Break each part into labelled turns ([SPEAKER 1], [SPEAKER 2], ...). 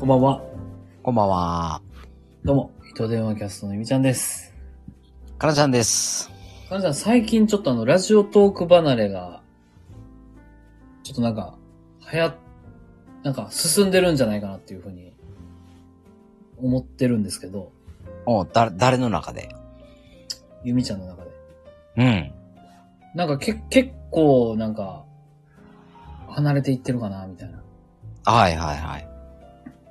[SPEAKER 1] こんばんは。
[SPEAKER 2] こんばんは。
[SPEAKER 1] どうも、糸電話キャストのゆみちゃんです。
[SPEAKER 2] かなちゃんです。
[SPEAKER 1] かなちゃん、最近ちょっとあの、ラジオトーク離れが、ちょっとなんか、流行っ、なんか、進んでるんじゃないかなっていうふうに、思ってるんですけど、
[SPEAKER 2] おうだ、誰の中で
[SPEAKER 1] ゆみちゃんの中で。
[SPEAKER 2] うん。
[SPEAKER 1] なんか、け、結構、なんか、離れていってるかな、みたいな。
[SPEAKER 2] はいはいはい。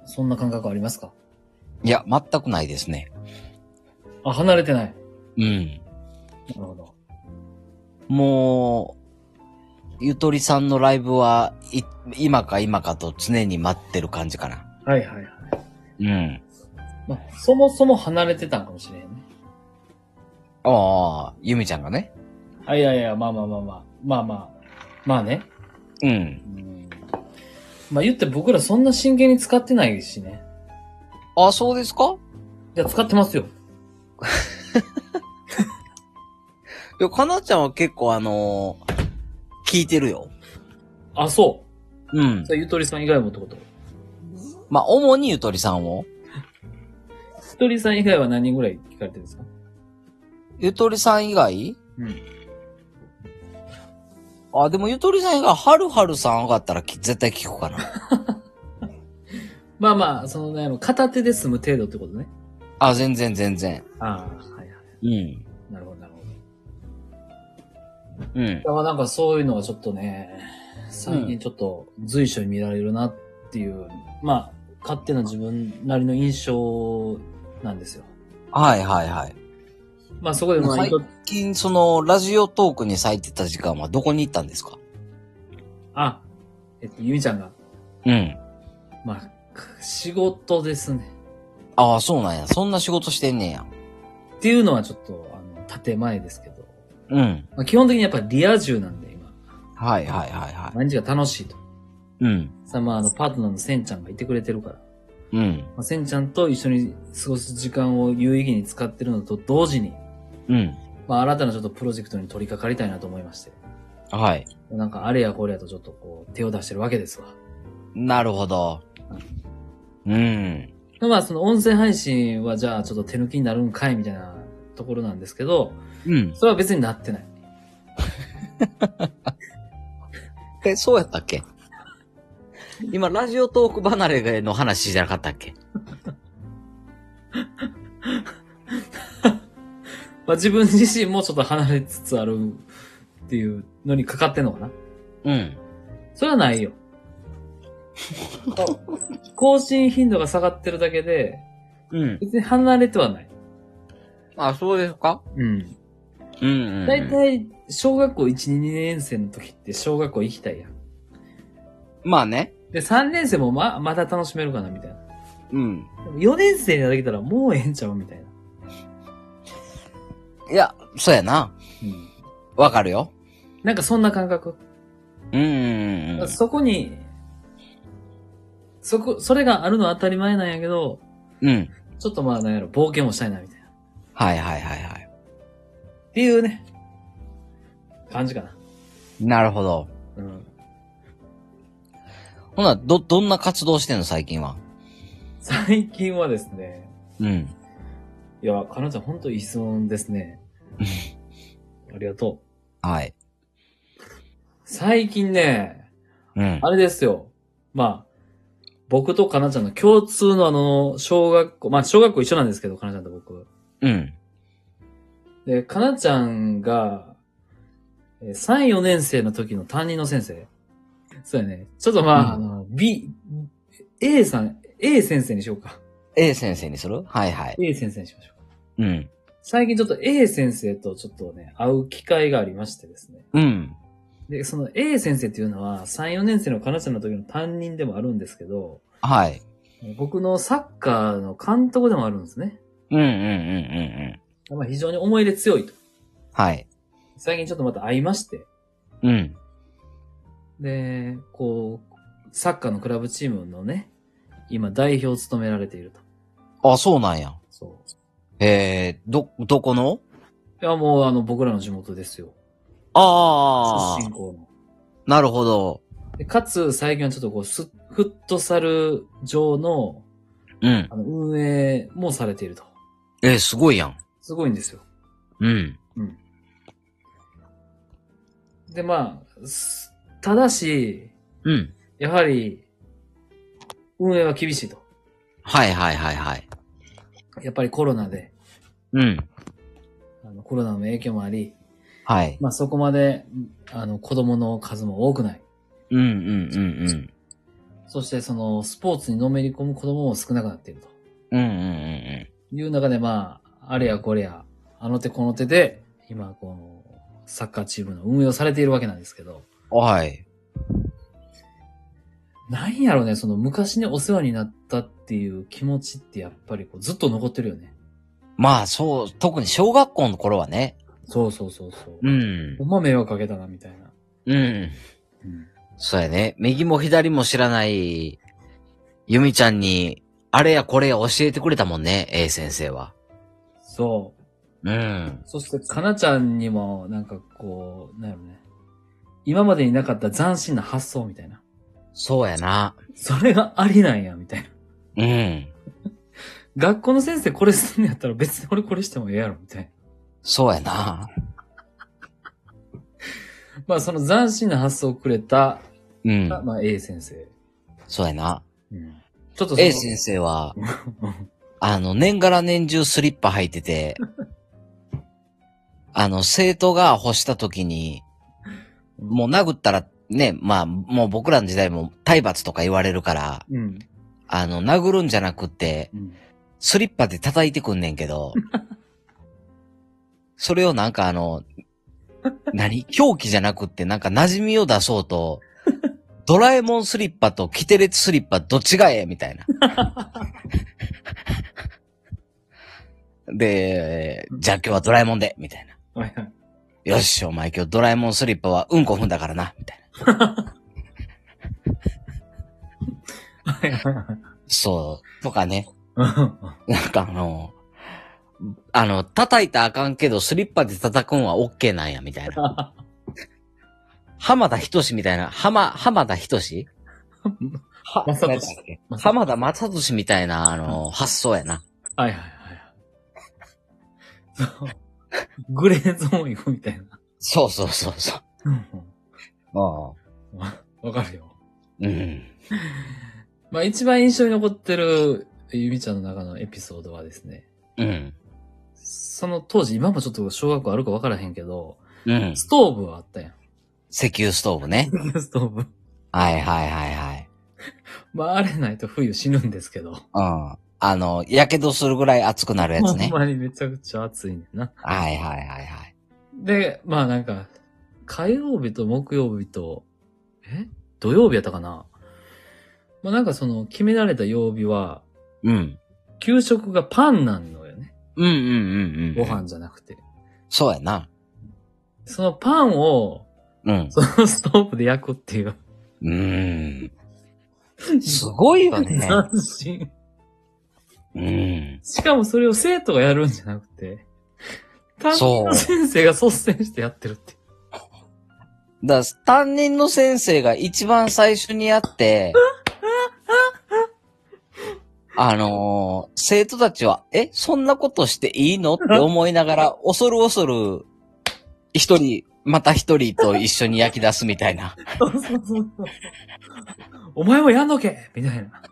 [SPEAKER 1] そんな感覚ありますか
[SPEAKER 2] いや、全くないですね。
[SPEAKER 1] あ、離れてない。
[SPEAKER 2] うん。
[SPEAKER 1] なるほど。
[SPEAKER 2] もう、ゆとりさんのライブは、い、今か今かと常に待ってる感じかな。
[SPEAKER 1] はいはいはい。
[SPEAKER 2] うん。
[SPEAKER 1] まあ、そもそも離れてたんかもしれへんね。
[SPEAKER 2] ああ、ゆみちゃんがね。
[SPEAKER 1] あ、いやいや、まあまあまあまあ。まあまあ。まあね。
[SPEAKER 2] うん。
[SPEAKER 1] うんまあ言って僕らそんな真剣に使ってないしね。
[SPEAKER 2] あ、そうですか
[SPEAKER 1] いや、使ってますよ。
[SPEAKER 2] いや、かなちゃんは結構あのー聞いてるよ。
[SPEAKER 1] あ、そうう。
[SPEAKER 2] ん
[SPEAKER 1] そ。れゆとりさん以外もってこと
[SPEAKER 2] まあ、主にゆとりさんを。
[SPEAKER 1] ゆとりさん以外は何人ぐらい聞かれてるんですか
[SPEAKER 2] ゆとりさん以外
[SPEAKER 1] うん。
[SPEAKER 2] あ、でもゆとりさん以外、はるはるさん上がったらき絶対聞くかな。
[SPEAKER 1] まあまあ、そのね、あの片手で済む程度ってことね。
[SPEAKER 2] あ、全然全然。
[SPEAKER 1] ああ、はいは
[SPEAKER 2] うん。
[SPEAKER 1] い。なるほど、なるほど。い
[SPEAKER 2] うん。
[SPEAKER 1] や、まあなんかそういうのがちょっとね、最近ちょっと随所に見られるなっていう、まあ、勝手な自分なりの印象なんですよ。
[SPEAKER 2] はいはいはい。
[SPEAKER 1] まあそこでまあ、
[SPEAKER 2] はい
[SPEAKER 1] ゆと
[SPEAKER 2] 最近、その、ラジオトークに咲いてた時間はどこに行ったんですか
[SPEAKER 1] あ、えっと、ゆみちゃんが、
[SPEAKER 2] うん。
[SPEAKER 1] まあ、仕事ですね。
[SPEAKER 2] ああ、そうなんや。そんな仕事してんねんや。
[SPEAKER 1] っていうのはちょっと、あの、建前ですけど。
[SPEAKER 2] うん。
[SPEAKER 1] まあ、基本的にやっぱりリア充なんで、今。
[SPEAKER 2] はいはいはいは
[SPEAKER 1] 毎日が楽しいと。
[SPEAKER 2] い。うん。
[SPEAKER 1] さあ、まあ、あの、パートナーのせんちゃんがいてくれてるから。
[SPEAKER 2] うん。
[SPEAKER 1] まあ、せんちゃんと一緒に過ごす時間を有意義に使ってるのと同時に、
[SPEAKER 2] うん。
[SPEAKER 1] まあ、新たなちょっとプロジェクトに取り掛かりたいなと思いまして。
[SPEAKER 2] はい。
[SPEAKER 1] なんか、あれやこれやとちょっとこう、手を出してるわけですわ。
[SPEAKER 2] なるほど。うん。
[SPEAKER 1] でまあ、その音声配信はじゃあちょっと手抜きになるんかいみたいなところなんですけど、
[SPEAKER 2] うん。
[SPEAKER 1] それは別になってない。
[SPEAKER 2] え、そうやったっけ 今、ラジオトーク離れの話じゃなかったっけ
[SPEAKER 1] まあ、自分自身もちょっと離れつつあるっていうのにかかってんのかな
[SPEAKER 2] うん。
[SPEAKER 1] それはないよ。更新頻度が下がってるだけで、
[SPEAKER 2] うん。
[SPEAKER 1] 別に離れてはない。
[SPEAKER 2] あ、そうですか
[SPEAKER 1] うん。
[SPEAKER 2] うんうんうん。
[SPEAKER 1] だいたい、小学校1、2年生の時って小学校行きたいやん。
[SPEAKER 2] まあね。
[SPEAKER 1] で、3年生もま、まだ楽しめるかな、みたいな。
[SPEAKER 2] うん。
[SPEAKER 1] でも4年生になってきたらもうええんちゃうみたいな。
[SPEAKER 2] いや、そうやな。
[SPEAKER 1] うん。
[SPEAKER 2] わかるよ。
[SPEAKER 1] なんかそんな感覚。
[SPEAKER 2] うんうんうん。
[SPEAKER 1] そこに、そこ、それがあるのは当たり前なんやけど、
[SPEAKER 2] うん。
[SPEAKER 1] ちょっとまあなんやろ、冒険もしたいな、みたいな。
[SPEAKER 2] はいはいはいはい。
[SPEAKER 1] っていうね、感じかな。
[SPEAKER 2] なるほど。
[SPEAKER 1] うん。
[SPEAKER 2] ほな、ど、どんな活動してんの最近は。
[SPEAKER 1] 最近はですね、
[SPEAKER 2] うん。
[SPEAKER 1] いや、かなちゃんほんといい質問ですね。ありがとう。
[SPEAKER 2] はい。
[SPEAKER 1] 最近ね、
[SPEAKER 2] うん。
[SPEAKER 1] あれですよ。まあ、僕とかなちゃんの共通のあの、小学校、まあ小学校一緒なんですけど、かなちゃんと僕。
[SPEAKER 2] うん。
[SPEAKER 1] で、かなちゃんが、えー3、4年生の時の担任の先生。そうやね。ちょっとまあ、
[SPEAKER 2] うん
[SPEAKER 1] あの、B、A さん、A 先生にしようか。
[SPEAKER 2] A 先生にするはいはい。
[SPEAKER 1] A 先生にしましょうか。
[SPEAKER 2] うん。
[SPEAKER 1] 最近ちょっと A 先生とちょっとね、会う機会がありましてですね。
[SPEAKER 2] うん。
[SPEAKER 1] で、その A 先生っていうのは、3、4年生のかなちゃんの時の担任でもあるんですけど、
[SPEAKER 2] はい。
[SPEAKER 1] 僕のサッカーの監督でもあるんですね。
[SPEAKER 2] うんうんうんうんうん。
[SPEAKER 1] まあ、非常に思い入れ強いと。
[SPEAKER 2] はい。
[SPEAKER 1] 最近ちょっとまた会いまして、
[SPEAKER 2] うん。
[SPEAKER 1] で、こう、サッカーのクラブチームのね、今代表を務められていると。
[SPEAKER 2] あ、そうなんや。
[SPEAKER 1] そ
[SPEAKER 2] えー、ど、どこの
[SPEAKER 1] う。いや、もうあの、僕らの地元ですよ。
[SPEAKER 2] あ
[SPEAKER 1] 出
[SPEAKER 2] あ
[SPEAKER 1] 身。校の。
[SPEAKER 2] なるほど。
[SPEAKER 1] でかつ、最近はちょっとこう、すフットサル上の
[SPEAKER 2] うん。
[SPEAKER 1] あの、運営もされていると。
[SPEAKER 2] えー、すごいやん。
[SPEAKER 1] すごいんですよ。
[SPEAKER 2] うん。
[SPEAKER 1] で、まあ、すただし、
[SPEAKER 2] うん。
[SPEAKER 1] やはり、運営は厳しいと。
[SPEAKER 2] はいはいはいはい。
[SPEAKER 1] やっぱりコロナで、
[SPEAKER 2] うん。
[SPEAKER 1] あのコロナの影響もあり、
[SPEAKER 2] はい。
[SPEAKER 1] まあそこまで、あの、子供の数も多くない。
[SPEAKER 2] うんうんうんうん。
[SPEAKER 1] そしてその、スポーツにのめり込む子供も少なくなっていると。
[SPEAKER 2] うんうんうん
[SPEAKER 1] いう中で、まあ、あれやこれや、あの手この手で、今、この、サッカーチームの運営をされているわけなんですけど、
[SPEAKER 2] うん。はい。
[SPEAKER 1] なんやろね、その昔にお世話になったっていう気持ちってやっぱりこうずっと残ってるよね。
[SPEAKER 2] まあそう、特に小学校の頃はね。
[SPEAKER 1] そうそうそうそう。
[SPEAKER 2] うん
[SPEAKER 1] ほ。んま迷惑かけたな、みたいな。
[SPEAKER 2] うん。
[SPEAKER 1] うん。
[SPEAKER 2] そうやね。右も左も知らない、ゆみちゃんに、あれやこれや教えてくれたもんね、A 先生は。
[SPEAKER 1] そう。
[SPEAKER 2] うん。
[SPEAKER 1] そして、かなちゃんにも、なんかこう、なんやろね。今までになかった斬新な発想みたいな。
[SPEAKER 2] そうやな。
[SPEAKER 1] それがありなんや、みたいな。
[SPEAKER 2] うん。
[SPEAKER 1] 学校の先生これすんのやったら別に俺これしてもええやろ、みたい
[SPEAKER 2] そうやな。
[SPEAKER 1] な。まあ、その斬新な発想をくれた、
[SPEAKER 2] うん。
[SPEAKER 1] まあ、A 先生。
[SPEAKER 2] そうやな。
[SPEAKER 1] うん。ちょっとその
[SPEAKER 2] A 先 生は、あの、年がら年中スリッパ履い てて、あの、生徒が干した時に、もう殴ったら、ね、まあ、もう僕らの時代も体罰とか言われるから、
[SPEAKER 1] うん。
[SPEAKER 2] あの、殴るんじゃなくて、
[SPEAKER 1] うん。
[SPEAKER 2] スリッパで叩いてくんねんけど、それをなんかあの、何狂気じゃなくってなんか馴染みを出そうと、ドラえもんスリッパとキテレツスリッパどっちがええみたいな。で、じゃあ今日はドラえもんで、みたいな。
[SPEAKER 1] はいはい。
[SPEAKER 2] よし、お前今日ドラえもんスリッパはうんこ踏んだからな、みたいな。
[SPEAKER 1] はいはいはい
[SPEAKER 2] そう、とかね。
[SPEAKER 1] うん
[SPEAKER 2] なんかあの、あの、叩いたらあかんけど、スリッパで叩くんはオッケーなんや、みたいな。浜田仁志みたいな、浜、浜田仁志は
[SPEAKER 1] 正俊
[SPEAKER 2] 何やったっけ浜田正俊みたいな、あの、発想やな。
[SPEAKER 1] はいはいはいはい。そうグレーゾーン行くみたいな。
[SPEAKER 2] そうそうそうそ
[SPEAKER 1] うん
[SPEAKER 2] う。あ
[SPEAKER 1] わかるよ。
[SPEAKER 2] あうん。
[SPEAKER 1] まあ一番印象に残ってるゆみちゃんの中のエピソードはですね、
[SPEAKER 2] うん。
[SPEAKER 1] その当時、今もちょっと小学校あるかわからへんけど、
[SPEAKER 2] うん。
[SPEAKER 1] ストーブはあったやん。
[SPEAKER 2] 石油ストーブ ね。
[SPEAKER 1] ストーブ。
[SPEAKER 2] はいはいはいはい。
[SPEAKER 1] まああれないと冬死ぬんですけど。
[SPEAKER 2] うん。あの、やけどするぐらい熱くなるやつ
[SPEAKER 1] ほん
[SPEAKER 2] ね。
[SPEAKER 1] まにめちゃくちゃ暑いねんな。
[SPEAKER 2] はいはいはいはい。
[SPEAKER 1] で、まあなんか、火曜日と木曜日と、え土曜日やったかなまあなんかその、決められた曜日は、
[SPEAKER 2] うん。
[SPEAKER 1] 給食がパンなんのよね。
[SPEAKER 2] うんうんうんうん。
[SPEAKER 1] ご飯。じゃなくて。
[SPEAKER 2] そうやな。
[SPEAKER 1] そのパンを、
[SPEAKER 2] うん。
[SPEAKER 1] そのストーブで焼くっていう。
[SPEAKER 2] うーん。すごいよね。
[SPEAKER 1] 斬新。
[SPEAKER 2] うん。
[SPEAKER 1] しかもそれを生徒がやるんじゃなくて、担任の先生が率先してやってるって。
[SPEAKER 2] だから、担任の先生が一番最初にやって、あのー生徒たちは、え、そんなことしていいのって思いながら、恐る恐る、一人、また一人と一緒に焼き出すみたいな。
[SPEAKER 1] そうそうそうそう。お前もやんのけみたいな。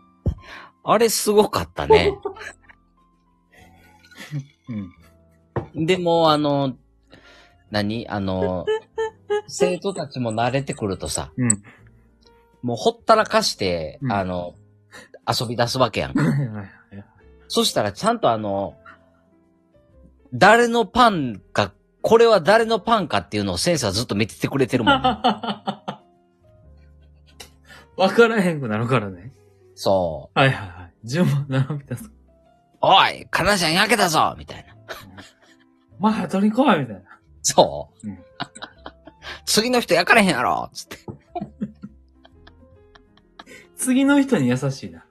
[SPEAKER 2] あれすごかったね。
[SPEAKER 1] うん。
[SPEAKER 2] でも、あの、何あの、生徒たちも慣れてくるとさ、
[SPEAKER 1] うん。
[SPEAKER 2] もうほったらかして、
[SPEAKER 1] うん
[SPEAKER 2] あの、遊び出すわけやん。
[SPEAKER 1] はいはいはい。
[SPEAKER 2] そしたらちゃんとあの、誰のパンか、これは誰のパンかっていうのを先生はずっと見ててくれてるもん ね。
[SPEAKER 1] わからへんくなるからね。
[SPEAKER 2] そ
[SPEAKER 1] はいはいはい。順番並び出す。
[SPEAKER 2] う。おい、かなちゃん焼けたぞみたいな。
[SPEAKER 1] まあ、取り来いみたいな。
[SPEAKER 2] そう。
[SPEAKER 1] うん
[SPEAKER 2] 次の人焼かれへんやろつって。
[SPEAKER 1] 次の人に優しいな。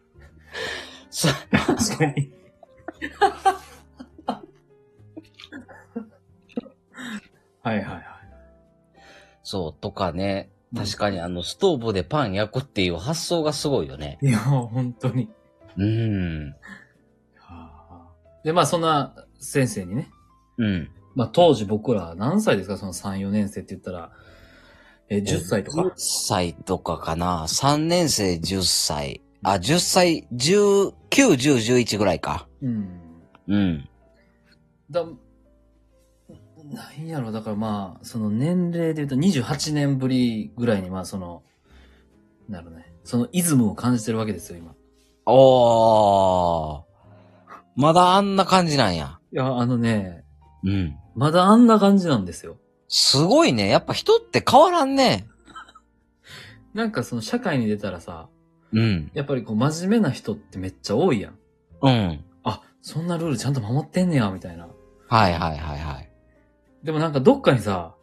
[SPEAKER 2] そ
[SPEAKER 1] 確かに。はいはいはい。
[SPEAKER 2] そう、とかね。確かにあの、ストーブでパン焼くっていう発想がすごいよね。
[SPEAKER 1] いや、本当に。
[SPEAKER 2] うん。
[SPEAKER 1] で、まあそんな先生にね、
[SPEAKER 2] うん。
[SPEAKER 1] まあ当時僕ら何歳ですかその3、4年生って言ったら、え、10歳と
[SPEAKER 2] 10
[SPEAKER 1] か
[SPEAKER 2] 歳とかかな。3年生10歳。あ、10歳、10、9、10、11ぐらいか。
[SPEAKER 1] うん。
[SPEAKER 2] うん。
[SPEAKER 1] だ、なんやろ、だからまあ、その年齢で言うと28年ぶりぐらいにまあその、なるね。そのイズムを感じてるわけですよ、今。
[SPEAKER 2] おー。まだあんな感じなんや。
[SPEAKER 1] いや、あのね、
[SPEAKER 2] うん。
[SPEAKER 1] まだあんな感じなんですよ。
[SPEAKER 2] すごいね。やっぱ人って変わらんね。
[SPEAKER 1] なんかその社会に出たらさ、
[SPEAKER 2] うん。
[SPEAKER 1] やっぱりこう真面目な人ってめっちゃ多いやん。
[SPEAKER 2] うん。
[SPEAKER 1] あ、そんなルールちゃんと守ってんねや、みたいな。
[SPEAKER 2] はいはいはいはい。
[SPEAKER 1] でもなんかどっかにさ、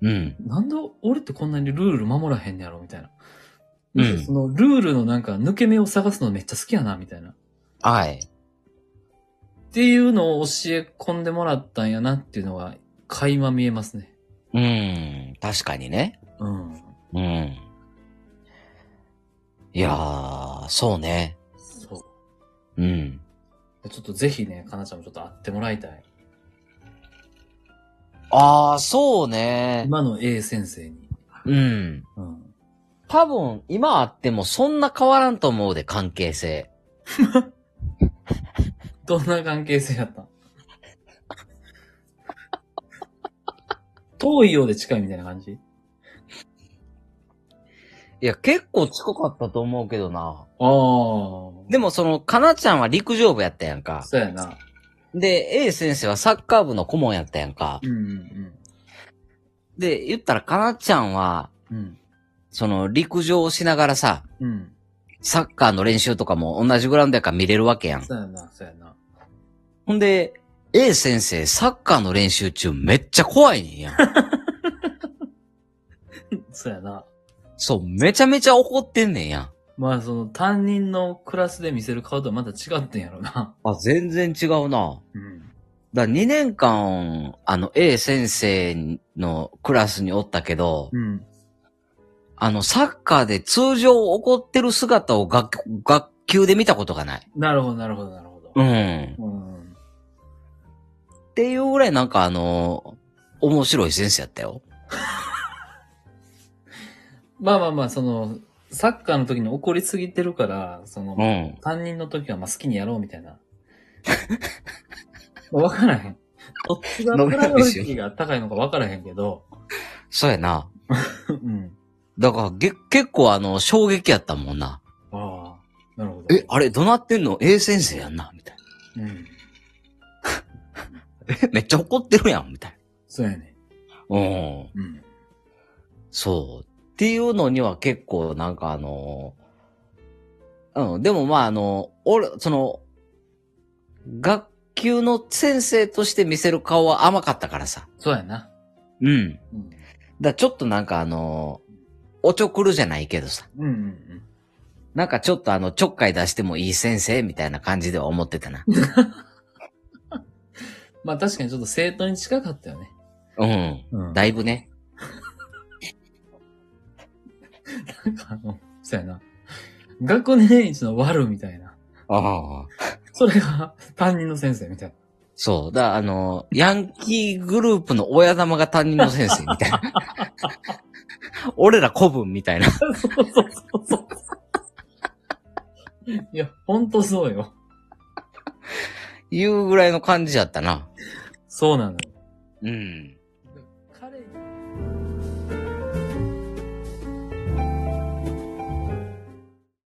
[SPEAKER 2] うん。
[SPEAKER 1] なんで俺ってこんなにルール守らへんねやろ、みたいな。
[SPEAKER 2] うん
[SPEAKER 1] そのルールのなんか抜け目を探すのめっちゃ好きやな、みたいな。
[SPEAKER 2] はい。
[SPEAKER 1] っていうのを教え込んでもらったんやなっていうのは、垣間見えますね。
[SPEAKER 2] うん。確かにね。
[SPEAKER 1] うん。
[SPEAKER 2] うん。いやー、そうね。
[SPEAKER 1] そ
[SPEAKER 2] うん。
[SPEAKER 1] う。ちょっとぜひね、かなちゃんもちょっと会ってもらいたい。
[SPEAKER 2] あー、そうね。
[SPEAKER 1] 今の A 先生に。
[SPEAKER 2] うん。
[SPEAKER 1] うん。
[SPEAKER 2] 多分、今あってもそんな変わらんと思うで、関係性。
[SPEAKER 1] どんな関係性やったん遠いようで近いみたいな感じ
[SPEAKER 2] いや、結構近かったと思うけどな。
[SPEAKER 1] ああ。
[SPEAKER 2] でもその、かなちゃんは陸上部やったやんか。
[SPEAKER 1] そうやな。
[SPEAKER 2] で、A 先生はサッカー部の顧問やったやんか
[SPEAKER 1] う。んうん
[SPEAKER 2] で、言ったらかなちゃんは、
[SPEAKER 1] うん。うん。
[SPEAKER 2] その、陸上をしながらさ、
[SPEAKER 1] うん。
[SPEAKER 2] サッカーの練習とかも同じグラウンドやから見れるわけやん。
[SPEAKER 1] そうやな、そうやな。
[SPEAKER 2] ほんで、A 先生、サッカーの練習中めっちゃ怖いねんやん。
[SPEAKER 1] そうやな。
[SPEAKER 2] そう、めちゃめちゃ怒ってんねんやん。
[SPEAKER 1] まあその担任のクラスで見せる顔とはまた違ってんやろな。
[SPEAKER 2] あ、全然違うな。
[SPEAKER 1] うん。
[SPEAKER 2] だ2年間、あの、A 先生のクラスにおったけど、
[SPEAKER 1] うん。
[SPEAKER 2] あの、サッカーで通常怒ってる姿を学、学級で見たことがない。
[SPEAKER 1] なるほど、なるほど、なるほど。
[SPEAKER 2] うん。
[SPEAKER 1] うん。
[SPEAKER 2] っていうぐらいなんかあの、面白い先生やったよ。
[SPEAKER 1] まあまあまあ、その、サッカーの時に怒りすぎてるから、その、
[SPEAKER 2] うん。
[SPEAKER 1] 担任の時はまあ好きにやろうみたいな。 まあわからへん。どっちがプライオリティが高いのかわからへんけど、
[SPEAKER 2] そうやな。
[SPEAKER 1] うん。
[SPEAKER 2] だから、げ、結構あの、衝撃やったもんな。
[SPEAKER 1] ああ、なるほど。
[SPEAKER 2] え、あれ、どなってんの ?A 先生やんなみたいな。
[SPEAKER 1] うん。
[SPEAKER 2] え、めっちゃ怒ってるやんみたい
[SPEAKER 1] そうやね。
[SPEAKER 2] な。うん。
[SPEAKER 1] うん。
[SPEAKER 2] そう。っていうのには結構なんかあのーうん、でもまああの、俺、その、学級の先生として見せる顔は甘かったからさ。
[SPEAKER 1] そうやな。
[SPEAKER 2] うん。だか
[SPEAKER 1] うん。
[SPEAKER 2] らちょっとなんかあのーおちょくるじゃないけどさ。
[SPEAKER 1] うんうん
[SPEAKER 2] なんかちょっとあの、ちょっかい出してもいい先生みたいな感じでは思ってたな。
[SPEAKER 1] うん。まあ確かにちょっと生徒に近かったよね。
[SPEAKER 2] うん。
[SPEAKER 1] うん
[SPEAKER 2] だいぶね。
[SPEAKER 1] なんかあの、そうやな。学年一の悪みたいな。
[SPEAKER 2] ああ。
[SPEAKER 1] それが担任の先生みたいな。
[SPEAKER 2] そう。だからあの、ヤンキーグループの親玉が担任の先生みたいな。 俺ら古文みたいな。
[SPEAKER 1] そうそうそうそう。いや、ほんとそうよ。
[SPEAKER 2] いうぐらいの感じやったな。
[SPEAKER 1] そうなのよ。
[SPEAKER 2] うん。
[SPEAKER 1] 彼